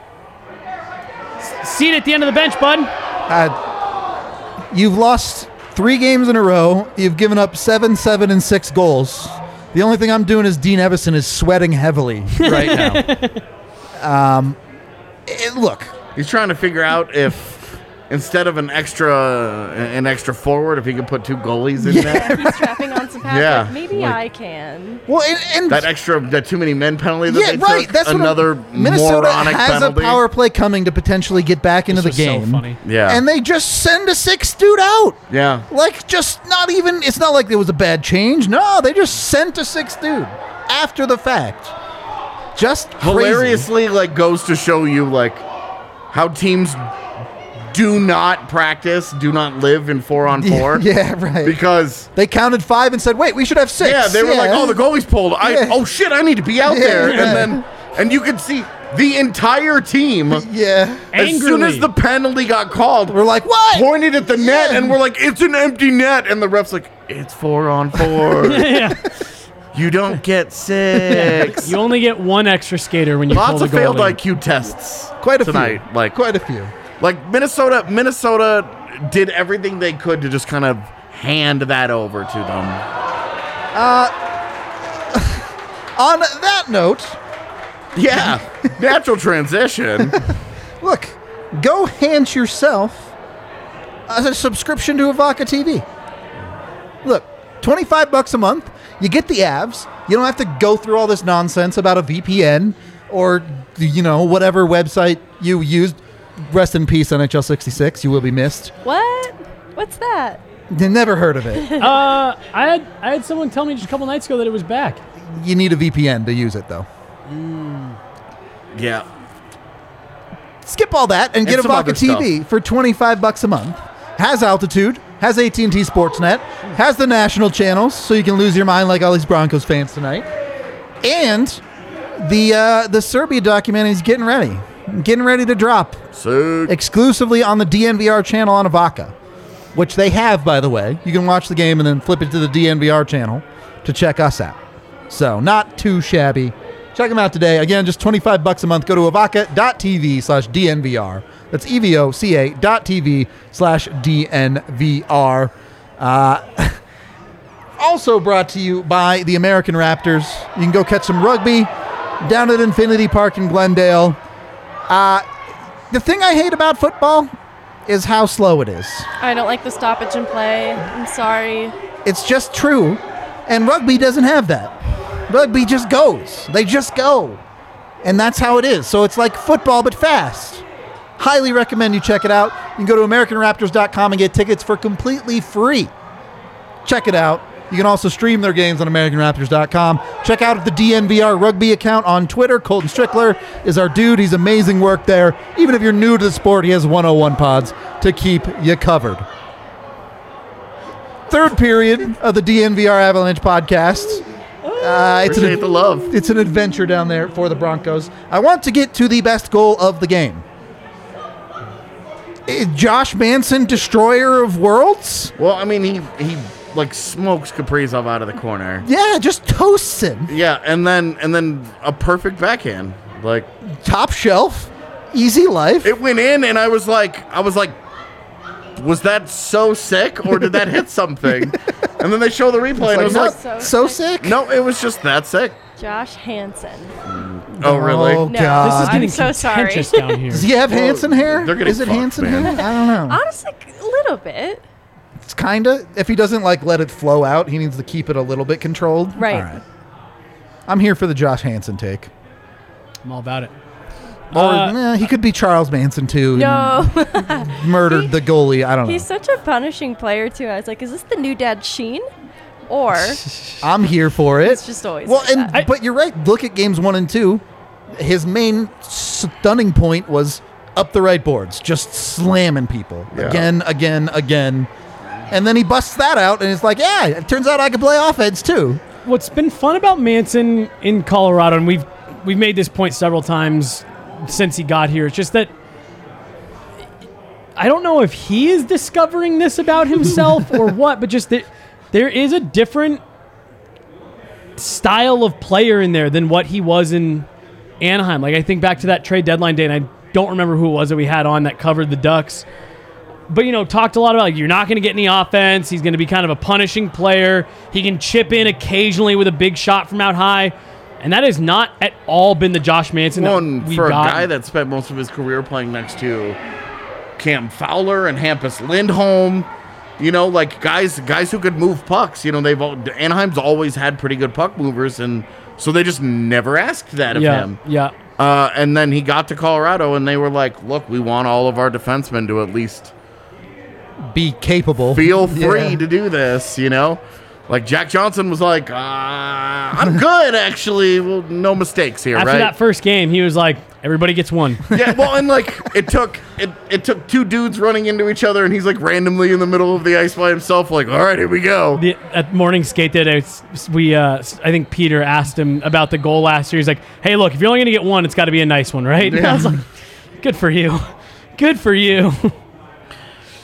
C: S- Seat at the end of the bench, bud.
A: Uh, you've lost three games in a row. You've given up seven, seven, and six goals. The only thing I'm doing is Dean Evison is sweating heavily right now. um, it- look,
B: He's trying to figure out if instead of an extra an extra forward, if he could put two goalies in there.
D: He's strapping on some pads.
B: Yeah,
D: Like, maybe
B: like-
D: I can.
A: well, and, and
B: That extra that too many men penalty that
A: yeah,
B: they
A: right.
B: took.
A: That's what I'm-
B: another
A: Minnesota
B: moronic
A: has
B: penalty.
A: a power play coming to potentially get back into
C: This
A: the
C: was so
A: game.
C: funny.
B: Yeah.
A: and they just send a six dude out.
B: yeah.
A: Like, just not even. It's not like there was a bad change. No, they just sent a six dude after the fact. Just crazy.
B: Hilariously like goes to show you like how teams do not practice, do not live in four on four.
A: Yeah, right.
B: Because
A: they counted five and said, "Wait, we should have six.
B: Yeah, they were like, "Oh, the goalie's pulled. I
A: Yeah.
B: oh shit, I need to be out
A: Yeah,
B: there."
A: yeah.
B: And then and you could see the entire team
A: Yeah,
C: Angrily.
B: as soon as the penalty got called,
A: we're like, what?
B: pointed at the net
A: Yeah.
B: and we're like, it's an empty net. And the ref's like, it's four on four.
C: yeah.
B: you don't get six.
C: You only get one extra skater when you pull
B: Lots
C: the
B: of failed
C: goalie.
B: IQ tests.
A: Quite a
B: tonight.
A: few.
B: Like,
A: Quite a few.
B: like Minnesota, Minnesota did everything they could to just kind of hand that over to them.
A: On that note,
B: Yeah, natural transition.
A: look, go hand yourself a subscription to Avaca TV. Look, twenty-five bucks a month. You get the abs. You don't have to go through all this nonsense about a VPN or you know whatever website you used. Rest in peace, NHL '66. You will be missed.
D: What? What's that?
A: Never heard of it.
C: Uh, I had I had someone tell me just a couple nights ago that it was back.
A: you need a VPN to use it though.
B: yeah.
A: skip all that and, get
B: some
A: Avaca
B: other
A: TV for 25 bucks a month. Has altitude, has AT&T Sportsnet, has the national channels so you can lose your mind like all these Broncos fans tonight. And the uh, the Serbia documentary is getting ready. Getting ready to drop
B: So
A: exclusively on the DNVR channel on Avaca, which they have by the way. You can watch the game and then flip it to the DNVR channel to check us out. So, not too shabby. Check them out today. Again, just 25 bucks a month. Go to avaca.tv slash DNVR. That's E E-V-O-C-A dot TV slash DNVR. Uh, also brought to you by the American Raptors. You can go catch some rugby down at Infinity Park in Glendale. Uh, the thing I hate about football is how slow it is.
D: I don't like the stoppage and play. I'm sorry.
A: It's just true. And rugby doesn't have that. Rugby just goes. They just go. And that's how it is. So it's like football, but fast. Highly recommend you check it out. You can go to AmericanRaptors.com and get tickets for completely free. Check it out. You can also stream their games on AmericanRaptors.com. Check out the DNVR rugby account on Twitter. Colton Strickler is our dude. He's amazing work there. Even if you're new to the sport, he has 101 pods to keep you covered third period of the DNVR Avalanche podcast. Uh, it's,
B: Appreciate
A: an,
B: the love.
A: it's an adventure down there for the Broncos. I want to get to the best goal of the game. Eh, Josh Manson, destroyer of worlds?
B: Well, I mean, he he like smokes Kaprizov out of the corner.
A: Yeah, just toasts him.
B: Yeah, and then and then a perfect backhand. Like
A: Top shelf, easy life.
B: it went in, and I was like, I was like, was that so sick, or did that hit something? And then they show the replay, and I was
A: Like,
B: like,
A: huh, so
D: So sick.
A: sick.
B: no, it was just that sick.
D: Josh Hansen.
B: Oh, really?
A: Oh,
D: No.
C: This
A: God.
C: is getting
D: I'm so sorry.
C: contentious down here.
A: Does he have Hanson hair?
B: they're getting
A: Is it
B: fucked,
A: Hanson
B: man.
A: hair? I don't know.
D: Honestly, a little bit.
A: It's kinda. If he doesn't like let it flow out, he needs to keep it a little bit controlled.
D: Right.
A: All right. I'm here for the Josh Hansen take.
C: I'm all about it.
A: Or
C: Uh,
A: nah, he could be Charles Manson too.
D: No,
A: and murdered the goalie. I don't know.
D: he's such a punishing player too. I was like, is this the new dad Sheen, or
A: I'm here for it. It's
D: just always
A: well,
D: like
A: and
C: that.
A: but you're right. Look at games one and two. His main stunning point was up the right boards, just slamming people
B: Yeah.
A: again, again, again. And then he busts that out, and it's like, yeah, it turns out I can play offense too.
C: What's been fun about Manson in Colorado, and we've we've made this point several times since he got here, it's just that I don't know if he is discovering this about himself or what, but just that there is a different style of player in there than what he was in Anaheim. Like I think back to that trade deadline day, and I don't remember who it was that we had on that covered the Ducks. But you know, talked a lot about like you're not going to get any offense. He's going to be kind of a punishing player. He can chip in occasionally with a big shot from out high, and that has not at all been the Josh Manson
B: One
C: that we
B: for a
C: got.
B: guy that spent most of his career playing next to Cam Fowler and Hampus Lindholm. You know, like guys, guys who could move pucks. You know, they've all, Anaheim's always had pretty good puck movers, and so they just never asked that of
C: yeah,
B: him.
C: yeah.
B: Uh, and then he got to Colorado, and they were like, "Look, we want all of our defensemen to at least
A: Be capable.
B: feel free
A: Yeah.
B: to do this." You know, like Jack Johnson was like, uh, "I'm good, actually. Well, no mistakes here,
C: After
B: right?"
C: that first game, he was like, "Everybody gets one."
B: yeah, well, and like it took it, it took two dudes running into each other, and he's like randomly in the middle of the ice by himself, like, "All right, here we go."
C: the, at morning skate that it's, we uh, I think Peter asked him about the goal last year. He's like, "Hey, look, if you're only gonna get one, it's got to be a nice one, right?" And I was like, "Good for you, good for you."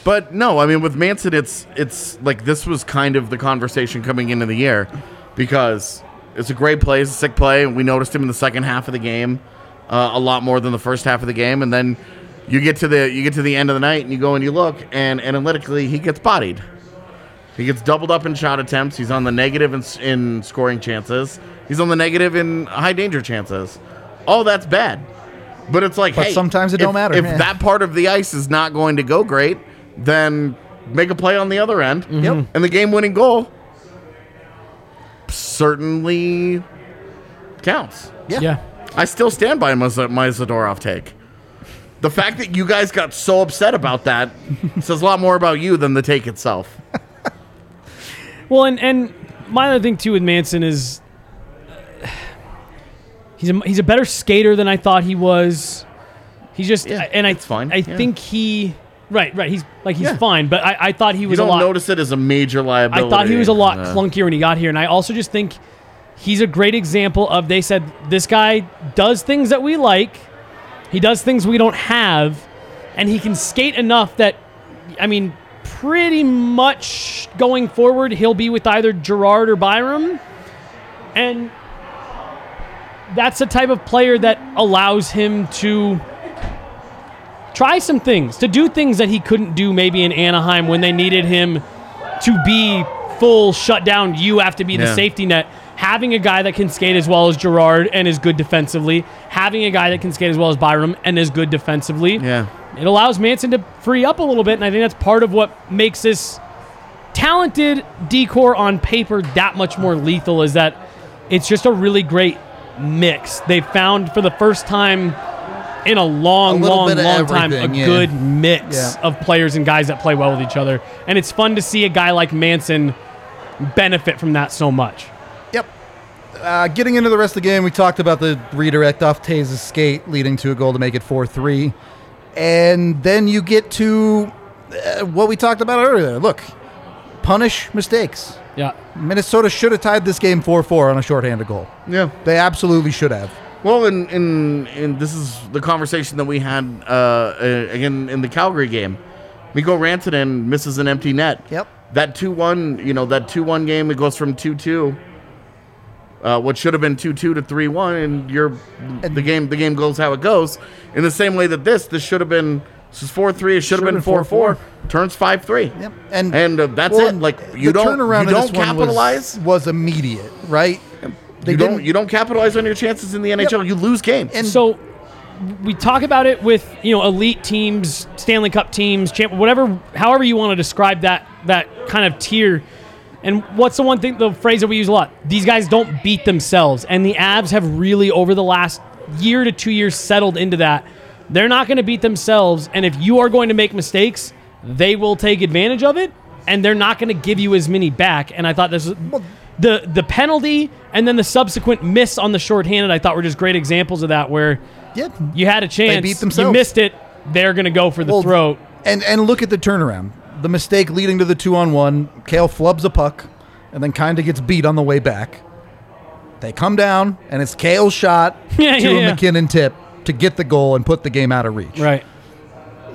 B: But no, I mean with Manson, it's it's like this was kind of the conversation coming into the year because it's a great play, it's a sick play. and We noticed him in the second half of the game uh, a lot more than the first half of the game, and then you get to the you get to the end of the night and you go and you look, and analytically he gets bodied. He gets doubled up in shot attempts. He's on the negative in, s- in scoring chances. He's on the negative in high danger chances. All that's bad. But it's like,
A: But
B: hey,
A: sometimes it don't
B: if-
A: matter,
B: If
A: yeah.
B: that part of the ice is not going to go great, then make a play on the other end.
A: Yep.
B: And the game-winning goal certainly counts.
A: Yeah.
C: yeah,
B: I still stand by my, Z- my Zadorov take. The fact that you guys got so upset about that says a lot more about you than the take itself.
C: Well, and and my other thing too with Manson is he's a, he's a better skater than I thought he was. He's just
B: Yeah,
C: and I
B: it's fine,
C: I
B: yeah.
C: think he right right he's like he's
B: Yeah.
C: fine, but I, I thought he
B: You
C: was
B: don't
C: a lot.
B: notice it as a major liability.
C: I thought he was a lot
B: Uh,
C: clunkier when he got here, and I also just think he's a great example of they said this guy does things that we like, he does things we don't have, and he can skate enough that I mean, pretty much going forward, he'll be with either Gerard or Byram, and that's the type of player that allows him to try some things, to do things that he couldn't do maybe in Anaheim when they needed him to be full shut down. You have to be the
B: Yeah.
C: safety net. Having a guy that can skate as well as Gerard and is good defensively, having a guy that can skate as well as Byram and is good defensively,
B: Yeah.
C: It allows Manson to free up a little bit, and I think that's part of what makes this talented decor on paper that much more lethal is that it's just a really great mix. They found for the first time in a long,
A: A little
C: long,
A: bit of
C: long time a
A: everything, yeah.
C: good mix
A: Yeah.
C: of players and guys that play well with each other. And it's fun to see a guy like Manson benefit from that so much.
A: Yep. Uh, getting into the rest of the game, we talked about the redirect off Taze's skate leading to a goal to make it 4 3. And then you get to uh, what we talked about earlier. Look, punish mistakes.
C: Yeah.
A: Minnesota should have tied this game 4 4 on a shorthanded goal.
B: Yeah.
A: They absolutely should have.
B: Well, and, and, and this is the conversation that we had uh, uh, again in the Calgary game. Miko Rantanen misses an empty net.
A: Yep.
B: That 2 1, you know, that 2 1 game, it goes from 2 2. Uh, what should have been two two to three one, and you're the game. The game goes how it goes. In the same way that this, this should have been this is four three. It should have been four four. Turns five three.
A: Yep. And,
B: And and uh, that's
A: well,
B: it. Like you
A: the
B: don't
A: turnaround
B: you
A: of this
B: don't
A: one was-
B: capitalize.
A: was, immediate, right? They
B: you don't
A: didn't-
B: you don't capitalize on your chances in the NHL. You lose games.
A: And-
C: so we talk about it with you know elite teams, Stanley Cup teams, champ, whatever, however you want to describe that that kind of tier. And what's the one thing, the phrase that we use a lot? These guys don't beat themselves, and the Abs have really over the last year to two years settled into that. They're not going to beat themselves, and if you are going to make mistakes, they will take advantage of it, and they're not going to give you as many back. And I thought this was the the penalty and then the subsequent miss on the shorthanded. I thought were just great examples of that where
A: yeah.
C: you had a chance.
A: beat themselves.
C: You missed it. They're going to go for the
A: Well,
C: throat.
A: And and look at the turnaround. The mistake leading to the two on one. Kale flubs a puck, and then kind of gets beat on the way back. They come down, and it's Kale's shot
C: Yeah,
A: to
C: yeah,
A: a
C: yeah.
A: McKinnon tip to get the goal and put the game out of reach.
C: Right.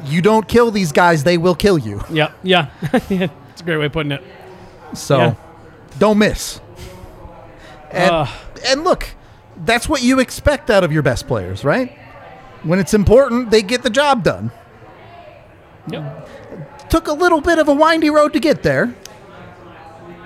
A: You don't kill these guys; they will kill you.
C: Yeah. Yeah. yeah. It's a great way of putting it.
A: So,
C: Yeah.
A: don't miss. And,
C: Ugh.
A: and look, that's what you expect out of your best players, right? When it's important, they get the job done.
C: Yep.
A: Took a little bit of a windy road to get there.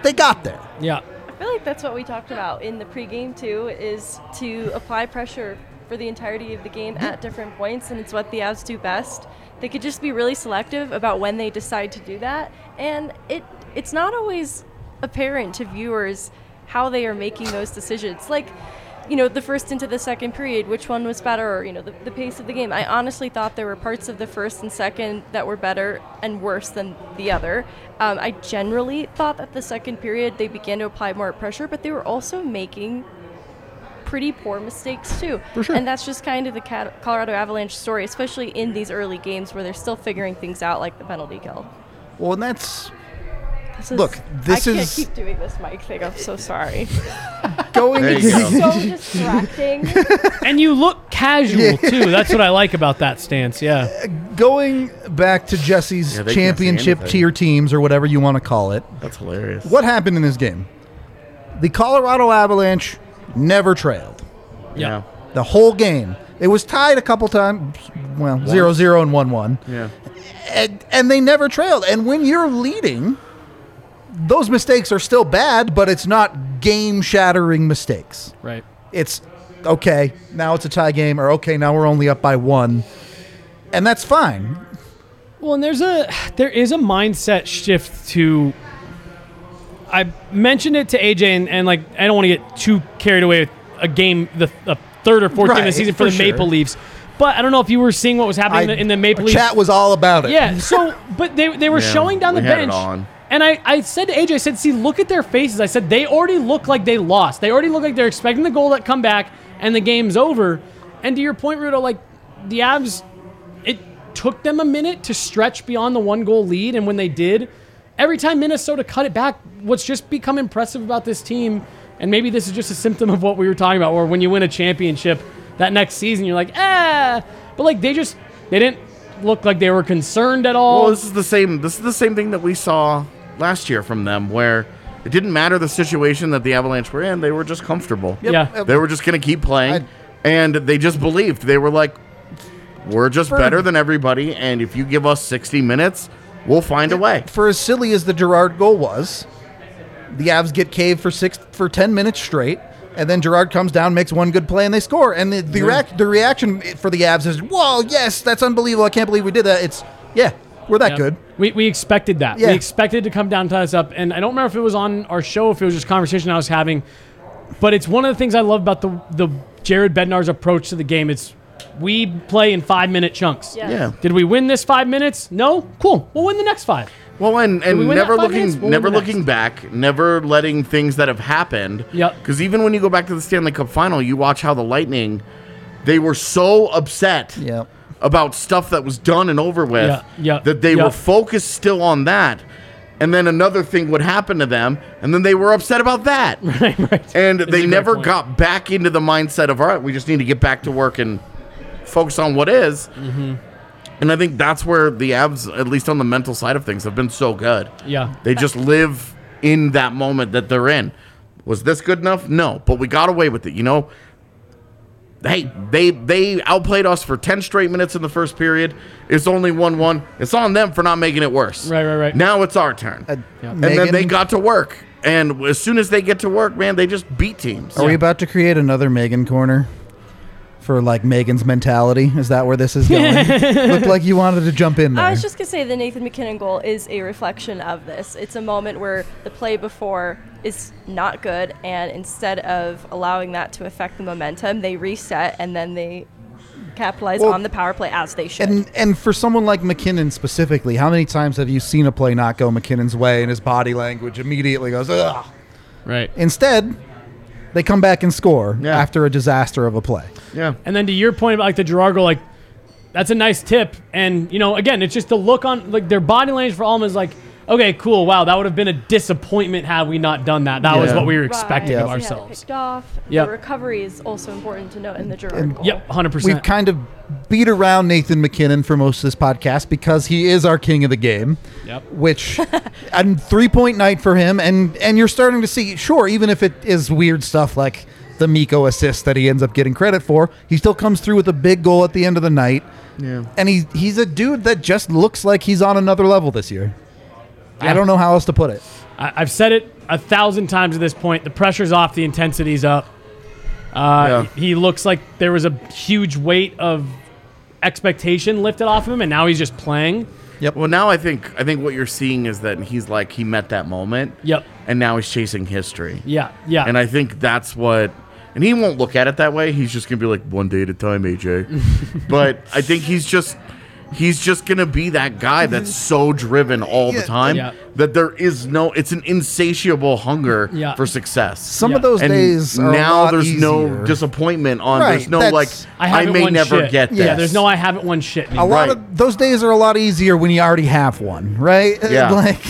A: They got there.
C: Yeah.
D: I feel like that's what we talked about in the pregame too, is to apply pressure for the entirety of the game at different points, and it's what the Avs do best. They could just be really selective about when they decide to do that, and it it's not always apparent to viewers how they are making those decisions. Like, you know, the first into the second period, which one was better, or you know, the, the pace of the game. I honestly thought there were parts of the first and second that were better and worse than the other. Um, I generally thought that the second period they began to apply more pressure, but they were also making pretty poor mistakes too. For sure. And that's just kind of the Cat- Colorado Avalanche story, especially in these early games where they're still figuring things out, like the penalty kill.
A: Well, and that's
D: This is-
A: Look, this
D: I can't
A: is-
D: keep doing this mic thing. I'm so sorry.
A: going.
B: There you go.
D: so distracting.
C: And you look casual too. That's what I like about that stance. Yeah.
A: going back to Jesse's
B: Yeah, they can't see
A: championship
B: anything.
A: tier teams or whatever you want to call it.
B: That's hilarious.
A: What happened in this game? The Colorado Avalanche never trailed
C: Yeah.
A: the whole game. It was tied a couple times, well, zero zero and 1 1.
B: Yeah.
A: And, and they never trailed. And when you're leading, those mistakes are still bad, but it's not game shattering mistakes.
C: Right.
A: it's okay now it's a tie game or okay now we're only up by one and that's fine
C: Well, and there's a there is a mindset shift to. I mentioned it to AJ, and, and like I don't want to get too carried away with a game, the a third or fourth game
A: Right,
C: of the season for,
A: for
C: the
A: sure.
C: Maple Leafs. But I don't know if you were seeing what was happening in, the, in the Maple Leafs.
A: chat was all about it
C: Yeah. So, but they they were
B: Yeah,
C: showing down the
B: we had it
C: bench,
B: on.
C: and I I said to AJ, I said, see, look at their faces. I said they already look like they lost. They already look like they're expecting the goal that come back, and the game's over. And to your point, Rudo, like the Abs, it took them a minute to stretch beyond the one goal lead, and when they did, every time Minnesota cut it back, what's just become impressive about this team, and maybe this is just a symptom of what we were talking about, where when you win a championship that next season, you're like, ah, but like they just they didn't look like they were concerned at all.
B: Well, this is the same. This is the same thing that we saw last year from them, where it didn't matter the situation that the Avalanche were in; they were just comfortable.
C: Yeah.
B: They were just going to keep playing,
A: I-
B: and they just believed. They were like, "We're just
A: For-
B: better than everybody, and if you give us 60 minutes, we'll find a way."
A: for as silly as the gerard goal was the avs get caved for six for 10 minutes straight And then Gerard comes down, makes one good play, and they score. And the the, reac- the reaction for the Abs is, "Whoa, yes, that's unbelievable! I can't believe we did that." It's yeah, we're that
C: Yep.
A: good.
C: We, we expected that.
A: Yeah.
C: We expected to come down and tie us up. And I don't remember if it was on our show, if it was just conversation I was having, but it's one of the things I love about the the Jared Bednar's approach to the game. It's we play in five minute chunks.
D: Yeah.
B: Yeah.
C: Did we win this five minutes? No. Cool. We'll win the next five.
B: Well, and, and
C: we win
B: never
C: that five
B: looking
C: minutes? We'll
B: never
C: win the next.
B: looking back, never letting things that have happened.
C: Yep.
B: Because even when you go back to the Stanley Cup final, you watch how the Lightning, they were so upset
A: Yeah.
B: about stuff that was done and over with
C: Yeah, yeah,
B: that they
C: yeah.
B: were focused still on that. And then another thing would happen to them, and then they were upset about that. Right, right. And
C: a
B: they
C: great
B: never
C: point.
B: got back into the mindset of, all right, we just need to get back to work and focus on what is.
C: Mm-hmm.
B: And I think that's where the abs, at least on the mental side of things, have been so good.
C: Yeah.
B: They just live in that moment that they're in. Was this good enough? No, but we got away with it. You know, hey, they they outplayed us for 10 straight minutes in the first period. It's only 1 1. It's on them for not making it worse.
C: Right, right, right.
B: Now it's our turn. And then they got to work. And as soon as they get to work, man, they just beat teams.
A: Are we about to create another Megan corner for like Megan's mentality? Is that where this is going? Looked like you wanted to jump in there.
D: I was just gonna say the Nathan McKinnon goal is a reflection of this. It's a moment where the play before is not good, and instead of allowing that to affect the momentum, they reset and then they capitalize
A: Well,
D: on the power play as they should.
A: and and for someone like McKinnon specifically, how many times have you seen a play not go McKinnon's way and his body language immediately goes ugh?
C: Right.
A: Instead, they come back and score
B: Yeah.
A: after a disaster of a play.
B: Yeah.
C: And then to your point about like the Gerard goal, like that's a nice tip. And you know, again, it's just the look on like their body language for Alma is like, okay, cool, wow, that would have been a disappointment had we not done that. That was
B: Yeah.
C: what we were
D: Right,
C: expecting
A: Yeah.
C: of
D: yeah,
C: ourselves.
D: picked off.
C: Yep.
D: The recovery is also important to note in the Gerard goal.
C: Yep, hundred
A: We've
C: percent.
A: kind of beat around Nathan McKinnon for most of this podcast because he is our king of the game.
C: Yep.
A: Which a three point night for him and and you're starting to see sure, even if it is weird stuff like the Miko assist that he ends up getting credit for, he still comes through with a big goal at the end of the night.
B: Yeah.
A: And he he's a dude that just looks like he's on another level this year. I don't know how else to put it.
C: I, I've said it a thousand times at this point. The pressure's off, the intensity's up. Uh,
B: Yeah.
C: He looks like there was a huge weight of expectation lifted off of him, and now he's just playing.
B: Well, now I think I think what you're seeing is that he's like he met that moment.
C: Yep.
B: And now he's chasing history.
C: Yeah, yeah.
B: And I think that's what. And he won't look at it that way. He's just gonna be like one day at a time, AJ. but I think he's just he's just gonna be that guy that's so driven all the time
C: Yeah.
B: that there is no. It's an insatiable hunger
C: Yeah.
B: for success.
A: Some
C: Yeah.
A: of those
B: and
A: days are a
B: now
A: lot
B: there's no
A: easier.
B: disappointment on.
A: Right,
B: There's no
A: that's-
B: like
C: I
B: I,
C: haven't
B: may
C: won
B: never
C: shit.
B: get this.
C: Yeah,
A: Yes.
C: there's no I haven't won shit.
A: a
C: anymore.
A: lot
B: Right.
A: of those days are a lot easier when you already have one, right?
B: Yeah.
A: Like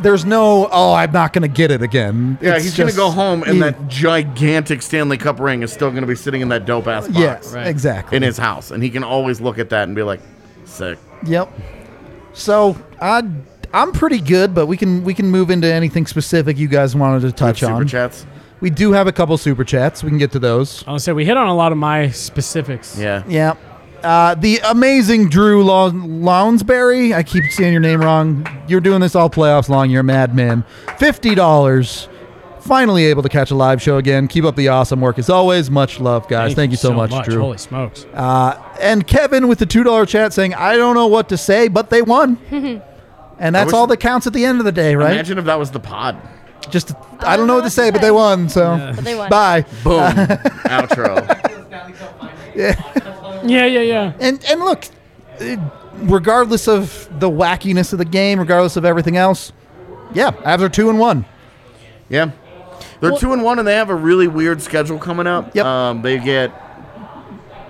A: there's no oh I'm not gonna get it again.
B: Yeah,
A: It's
B: he's gonna
A: just-
B: go home, and
A: he-
B: that gigantic Stanley Cup ring is still gonna be sitting in that dope ass box
A: yeah,
C: Right.
A: exactly.
B: in his house, and he can always look at that and be like, "Sick."
A: Yep. So I I'm pretty good, but we can we can move into anything specific you guys wanted to touch
B: Super
A: on.
B: chats.
A: We do have a couple super chats. We can get to those.
C: I'll say we hit on a lot of my specifics.
B: Yeah.
A: Yeah. Uh, the amazing Drew Lo- Lounsbury. I keep saying your name wrong. You're doing this all playoffs long. You're a madman. Fifty dollars. Finally able to catch a live show again. Keep up the awesome work as always. Much love, guys. Thank, you so, much, Drew.
C: Holy smokes.
A: And Kevin with the two dollar chat saying, "I don't know what to say, but they won." and that's
B: wish-
A: all that counts at the end of the day, right?
B: Imagine if that was the pod.
A: Just I don't know what to say, but they won. So
D: But they won.
A: bye.
B: Boom. Outro.
C: yeah, yeah, yeah.
A: And and look, it- regardless of the wackiness of the game, regardless of everything else, yeah, Avs are two and one.
B: Yeah. They're two and one, and they have a really weird schedule coming up.
A: Yep.
B: Um, they get,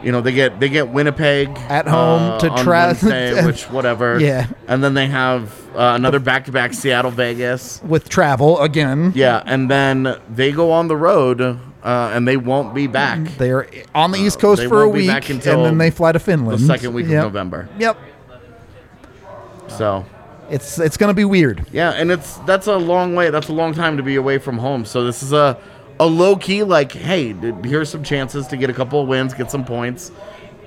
B: you know, they get they get Winnipeg uh,
A: At home to
B: on
A: try-
B: Wednesday, which whatever.
A: Yeah.
B: And then they have uh, another back to back Seattle Vegas.
A: With travel again,
B: Yeah, and then they go on the road, uh, and they won't be back
A: they are on the East Coast
B: Uh, they
A: for a
B: won't be
A: week,
B: back until
A: and then they fly to
B: the
A: Finland
B: second week
A: Yep.
B: of November.
A: Yep,
B: So
A: it's it's gonna be weird.
B: yeah, and it's that's a long way. That's a long time to be away from home. So this is a a low key like, hey, d- here's some chances to get a couple of wins, get some points.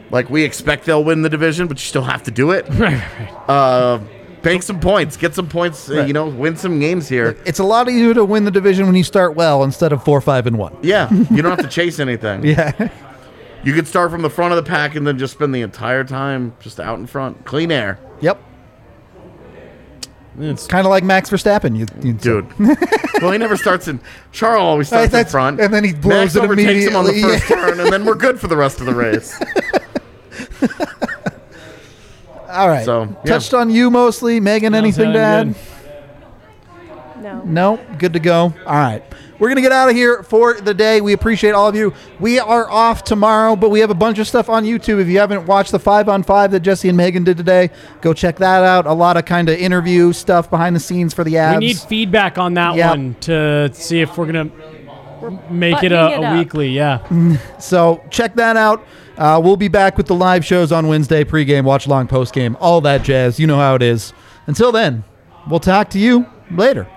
B: Like we expect they'll win the division, but you still have to do it.
C: Right, right, right.
B: Uh, Bank some points, get some points, uh,
A: Right.
B: you know, win some games here.
A: It's a lot easier to win the division when you start well instead of four, five, and one.
B: Yeah, you don't have to chase anything.
A: Yeah.
B: You could start from the front of the pack and then just spend the entire time just out in front. Clean air.
A: yep. It's kind of like Max Verstappen. You, you
B: Dude. well, he never starts in. Charles always
A: Right,
B: starts in
A: that's-
B: front.
A: and then he blows
B: Max
A: it
B: overtakes him on the
A: immediately.
B: first turn, and then we're good for the rest of the race.
A: All right.
B: So, yeah.
A: touched on you mostly. Megan, anything to add?
C: sounding good.
D: No.
A: No, good to go. All right. We're going to get out of here for the day. We appreciate all of you. We are off tomorrow, but we have a bunch of stuff on YouTube. If you haven't watched the five on five that Jesse and Megan did today, go check that out. A lot of kind of interview stuff behind the scenes for the abs.
C: We need feedback on that
A: Yep.
C: one to see if we're gonna make it
D: buttoning
C: a,
D: it
C: a
D: up.
C: weekly. Yeah.
A: so check that out. Uh, we'll be back with the live shows on Wednesday, pregame, watch long, postgame, all that jazz. You know how it is. Until then, we'll talk to you later.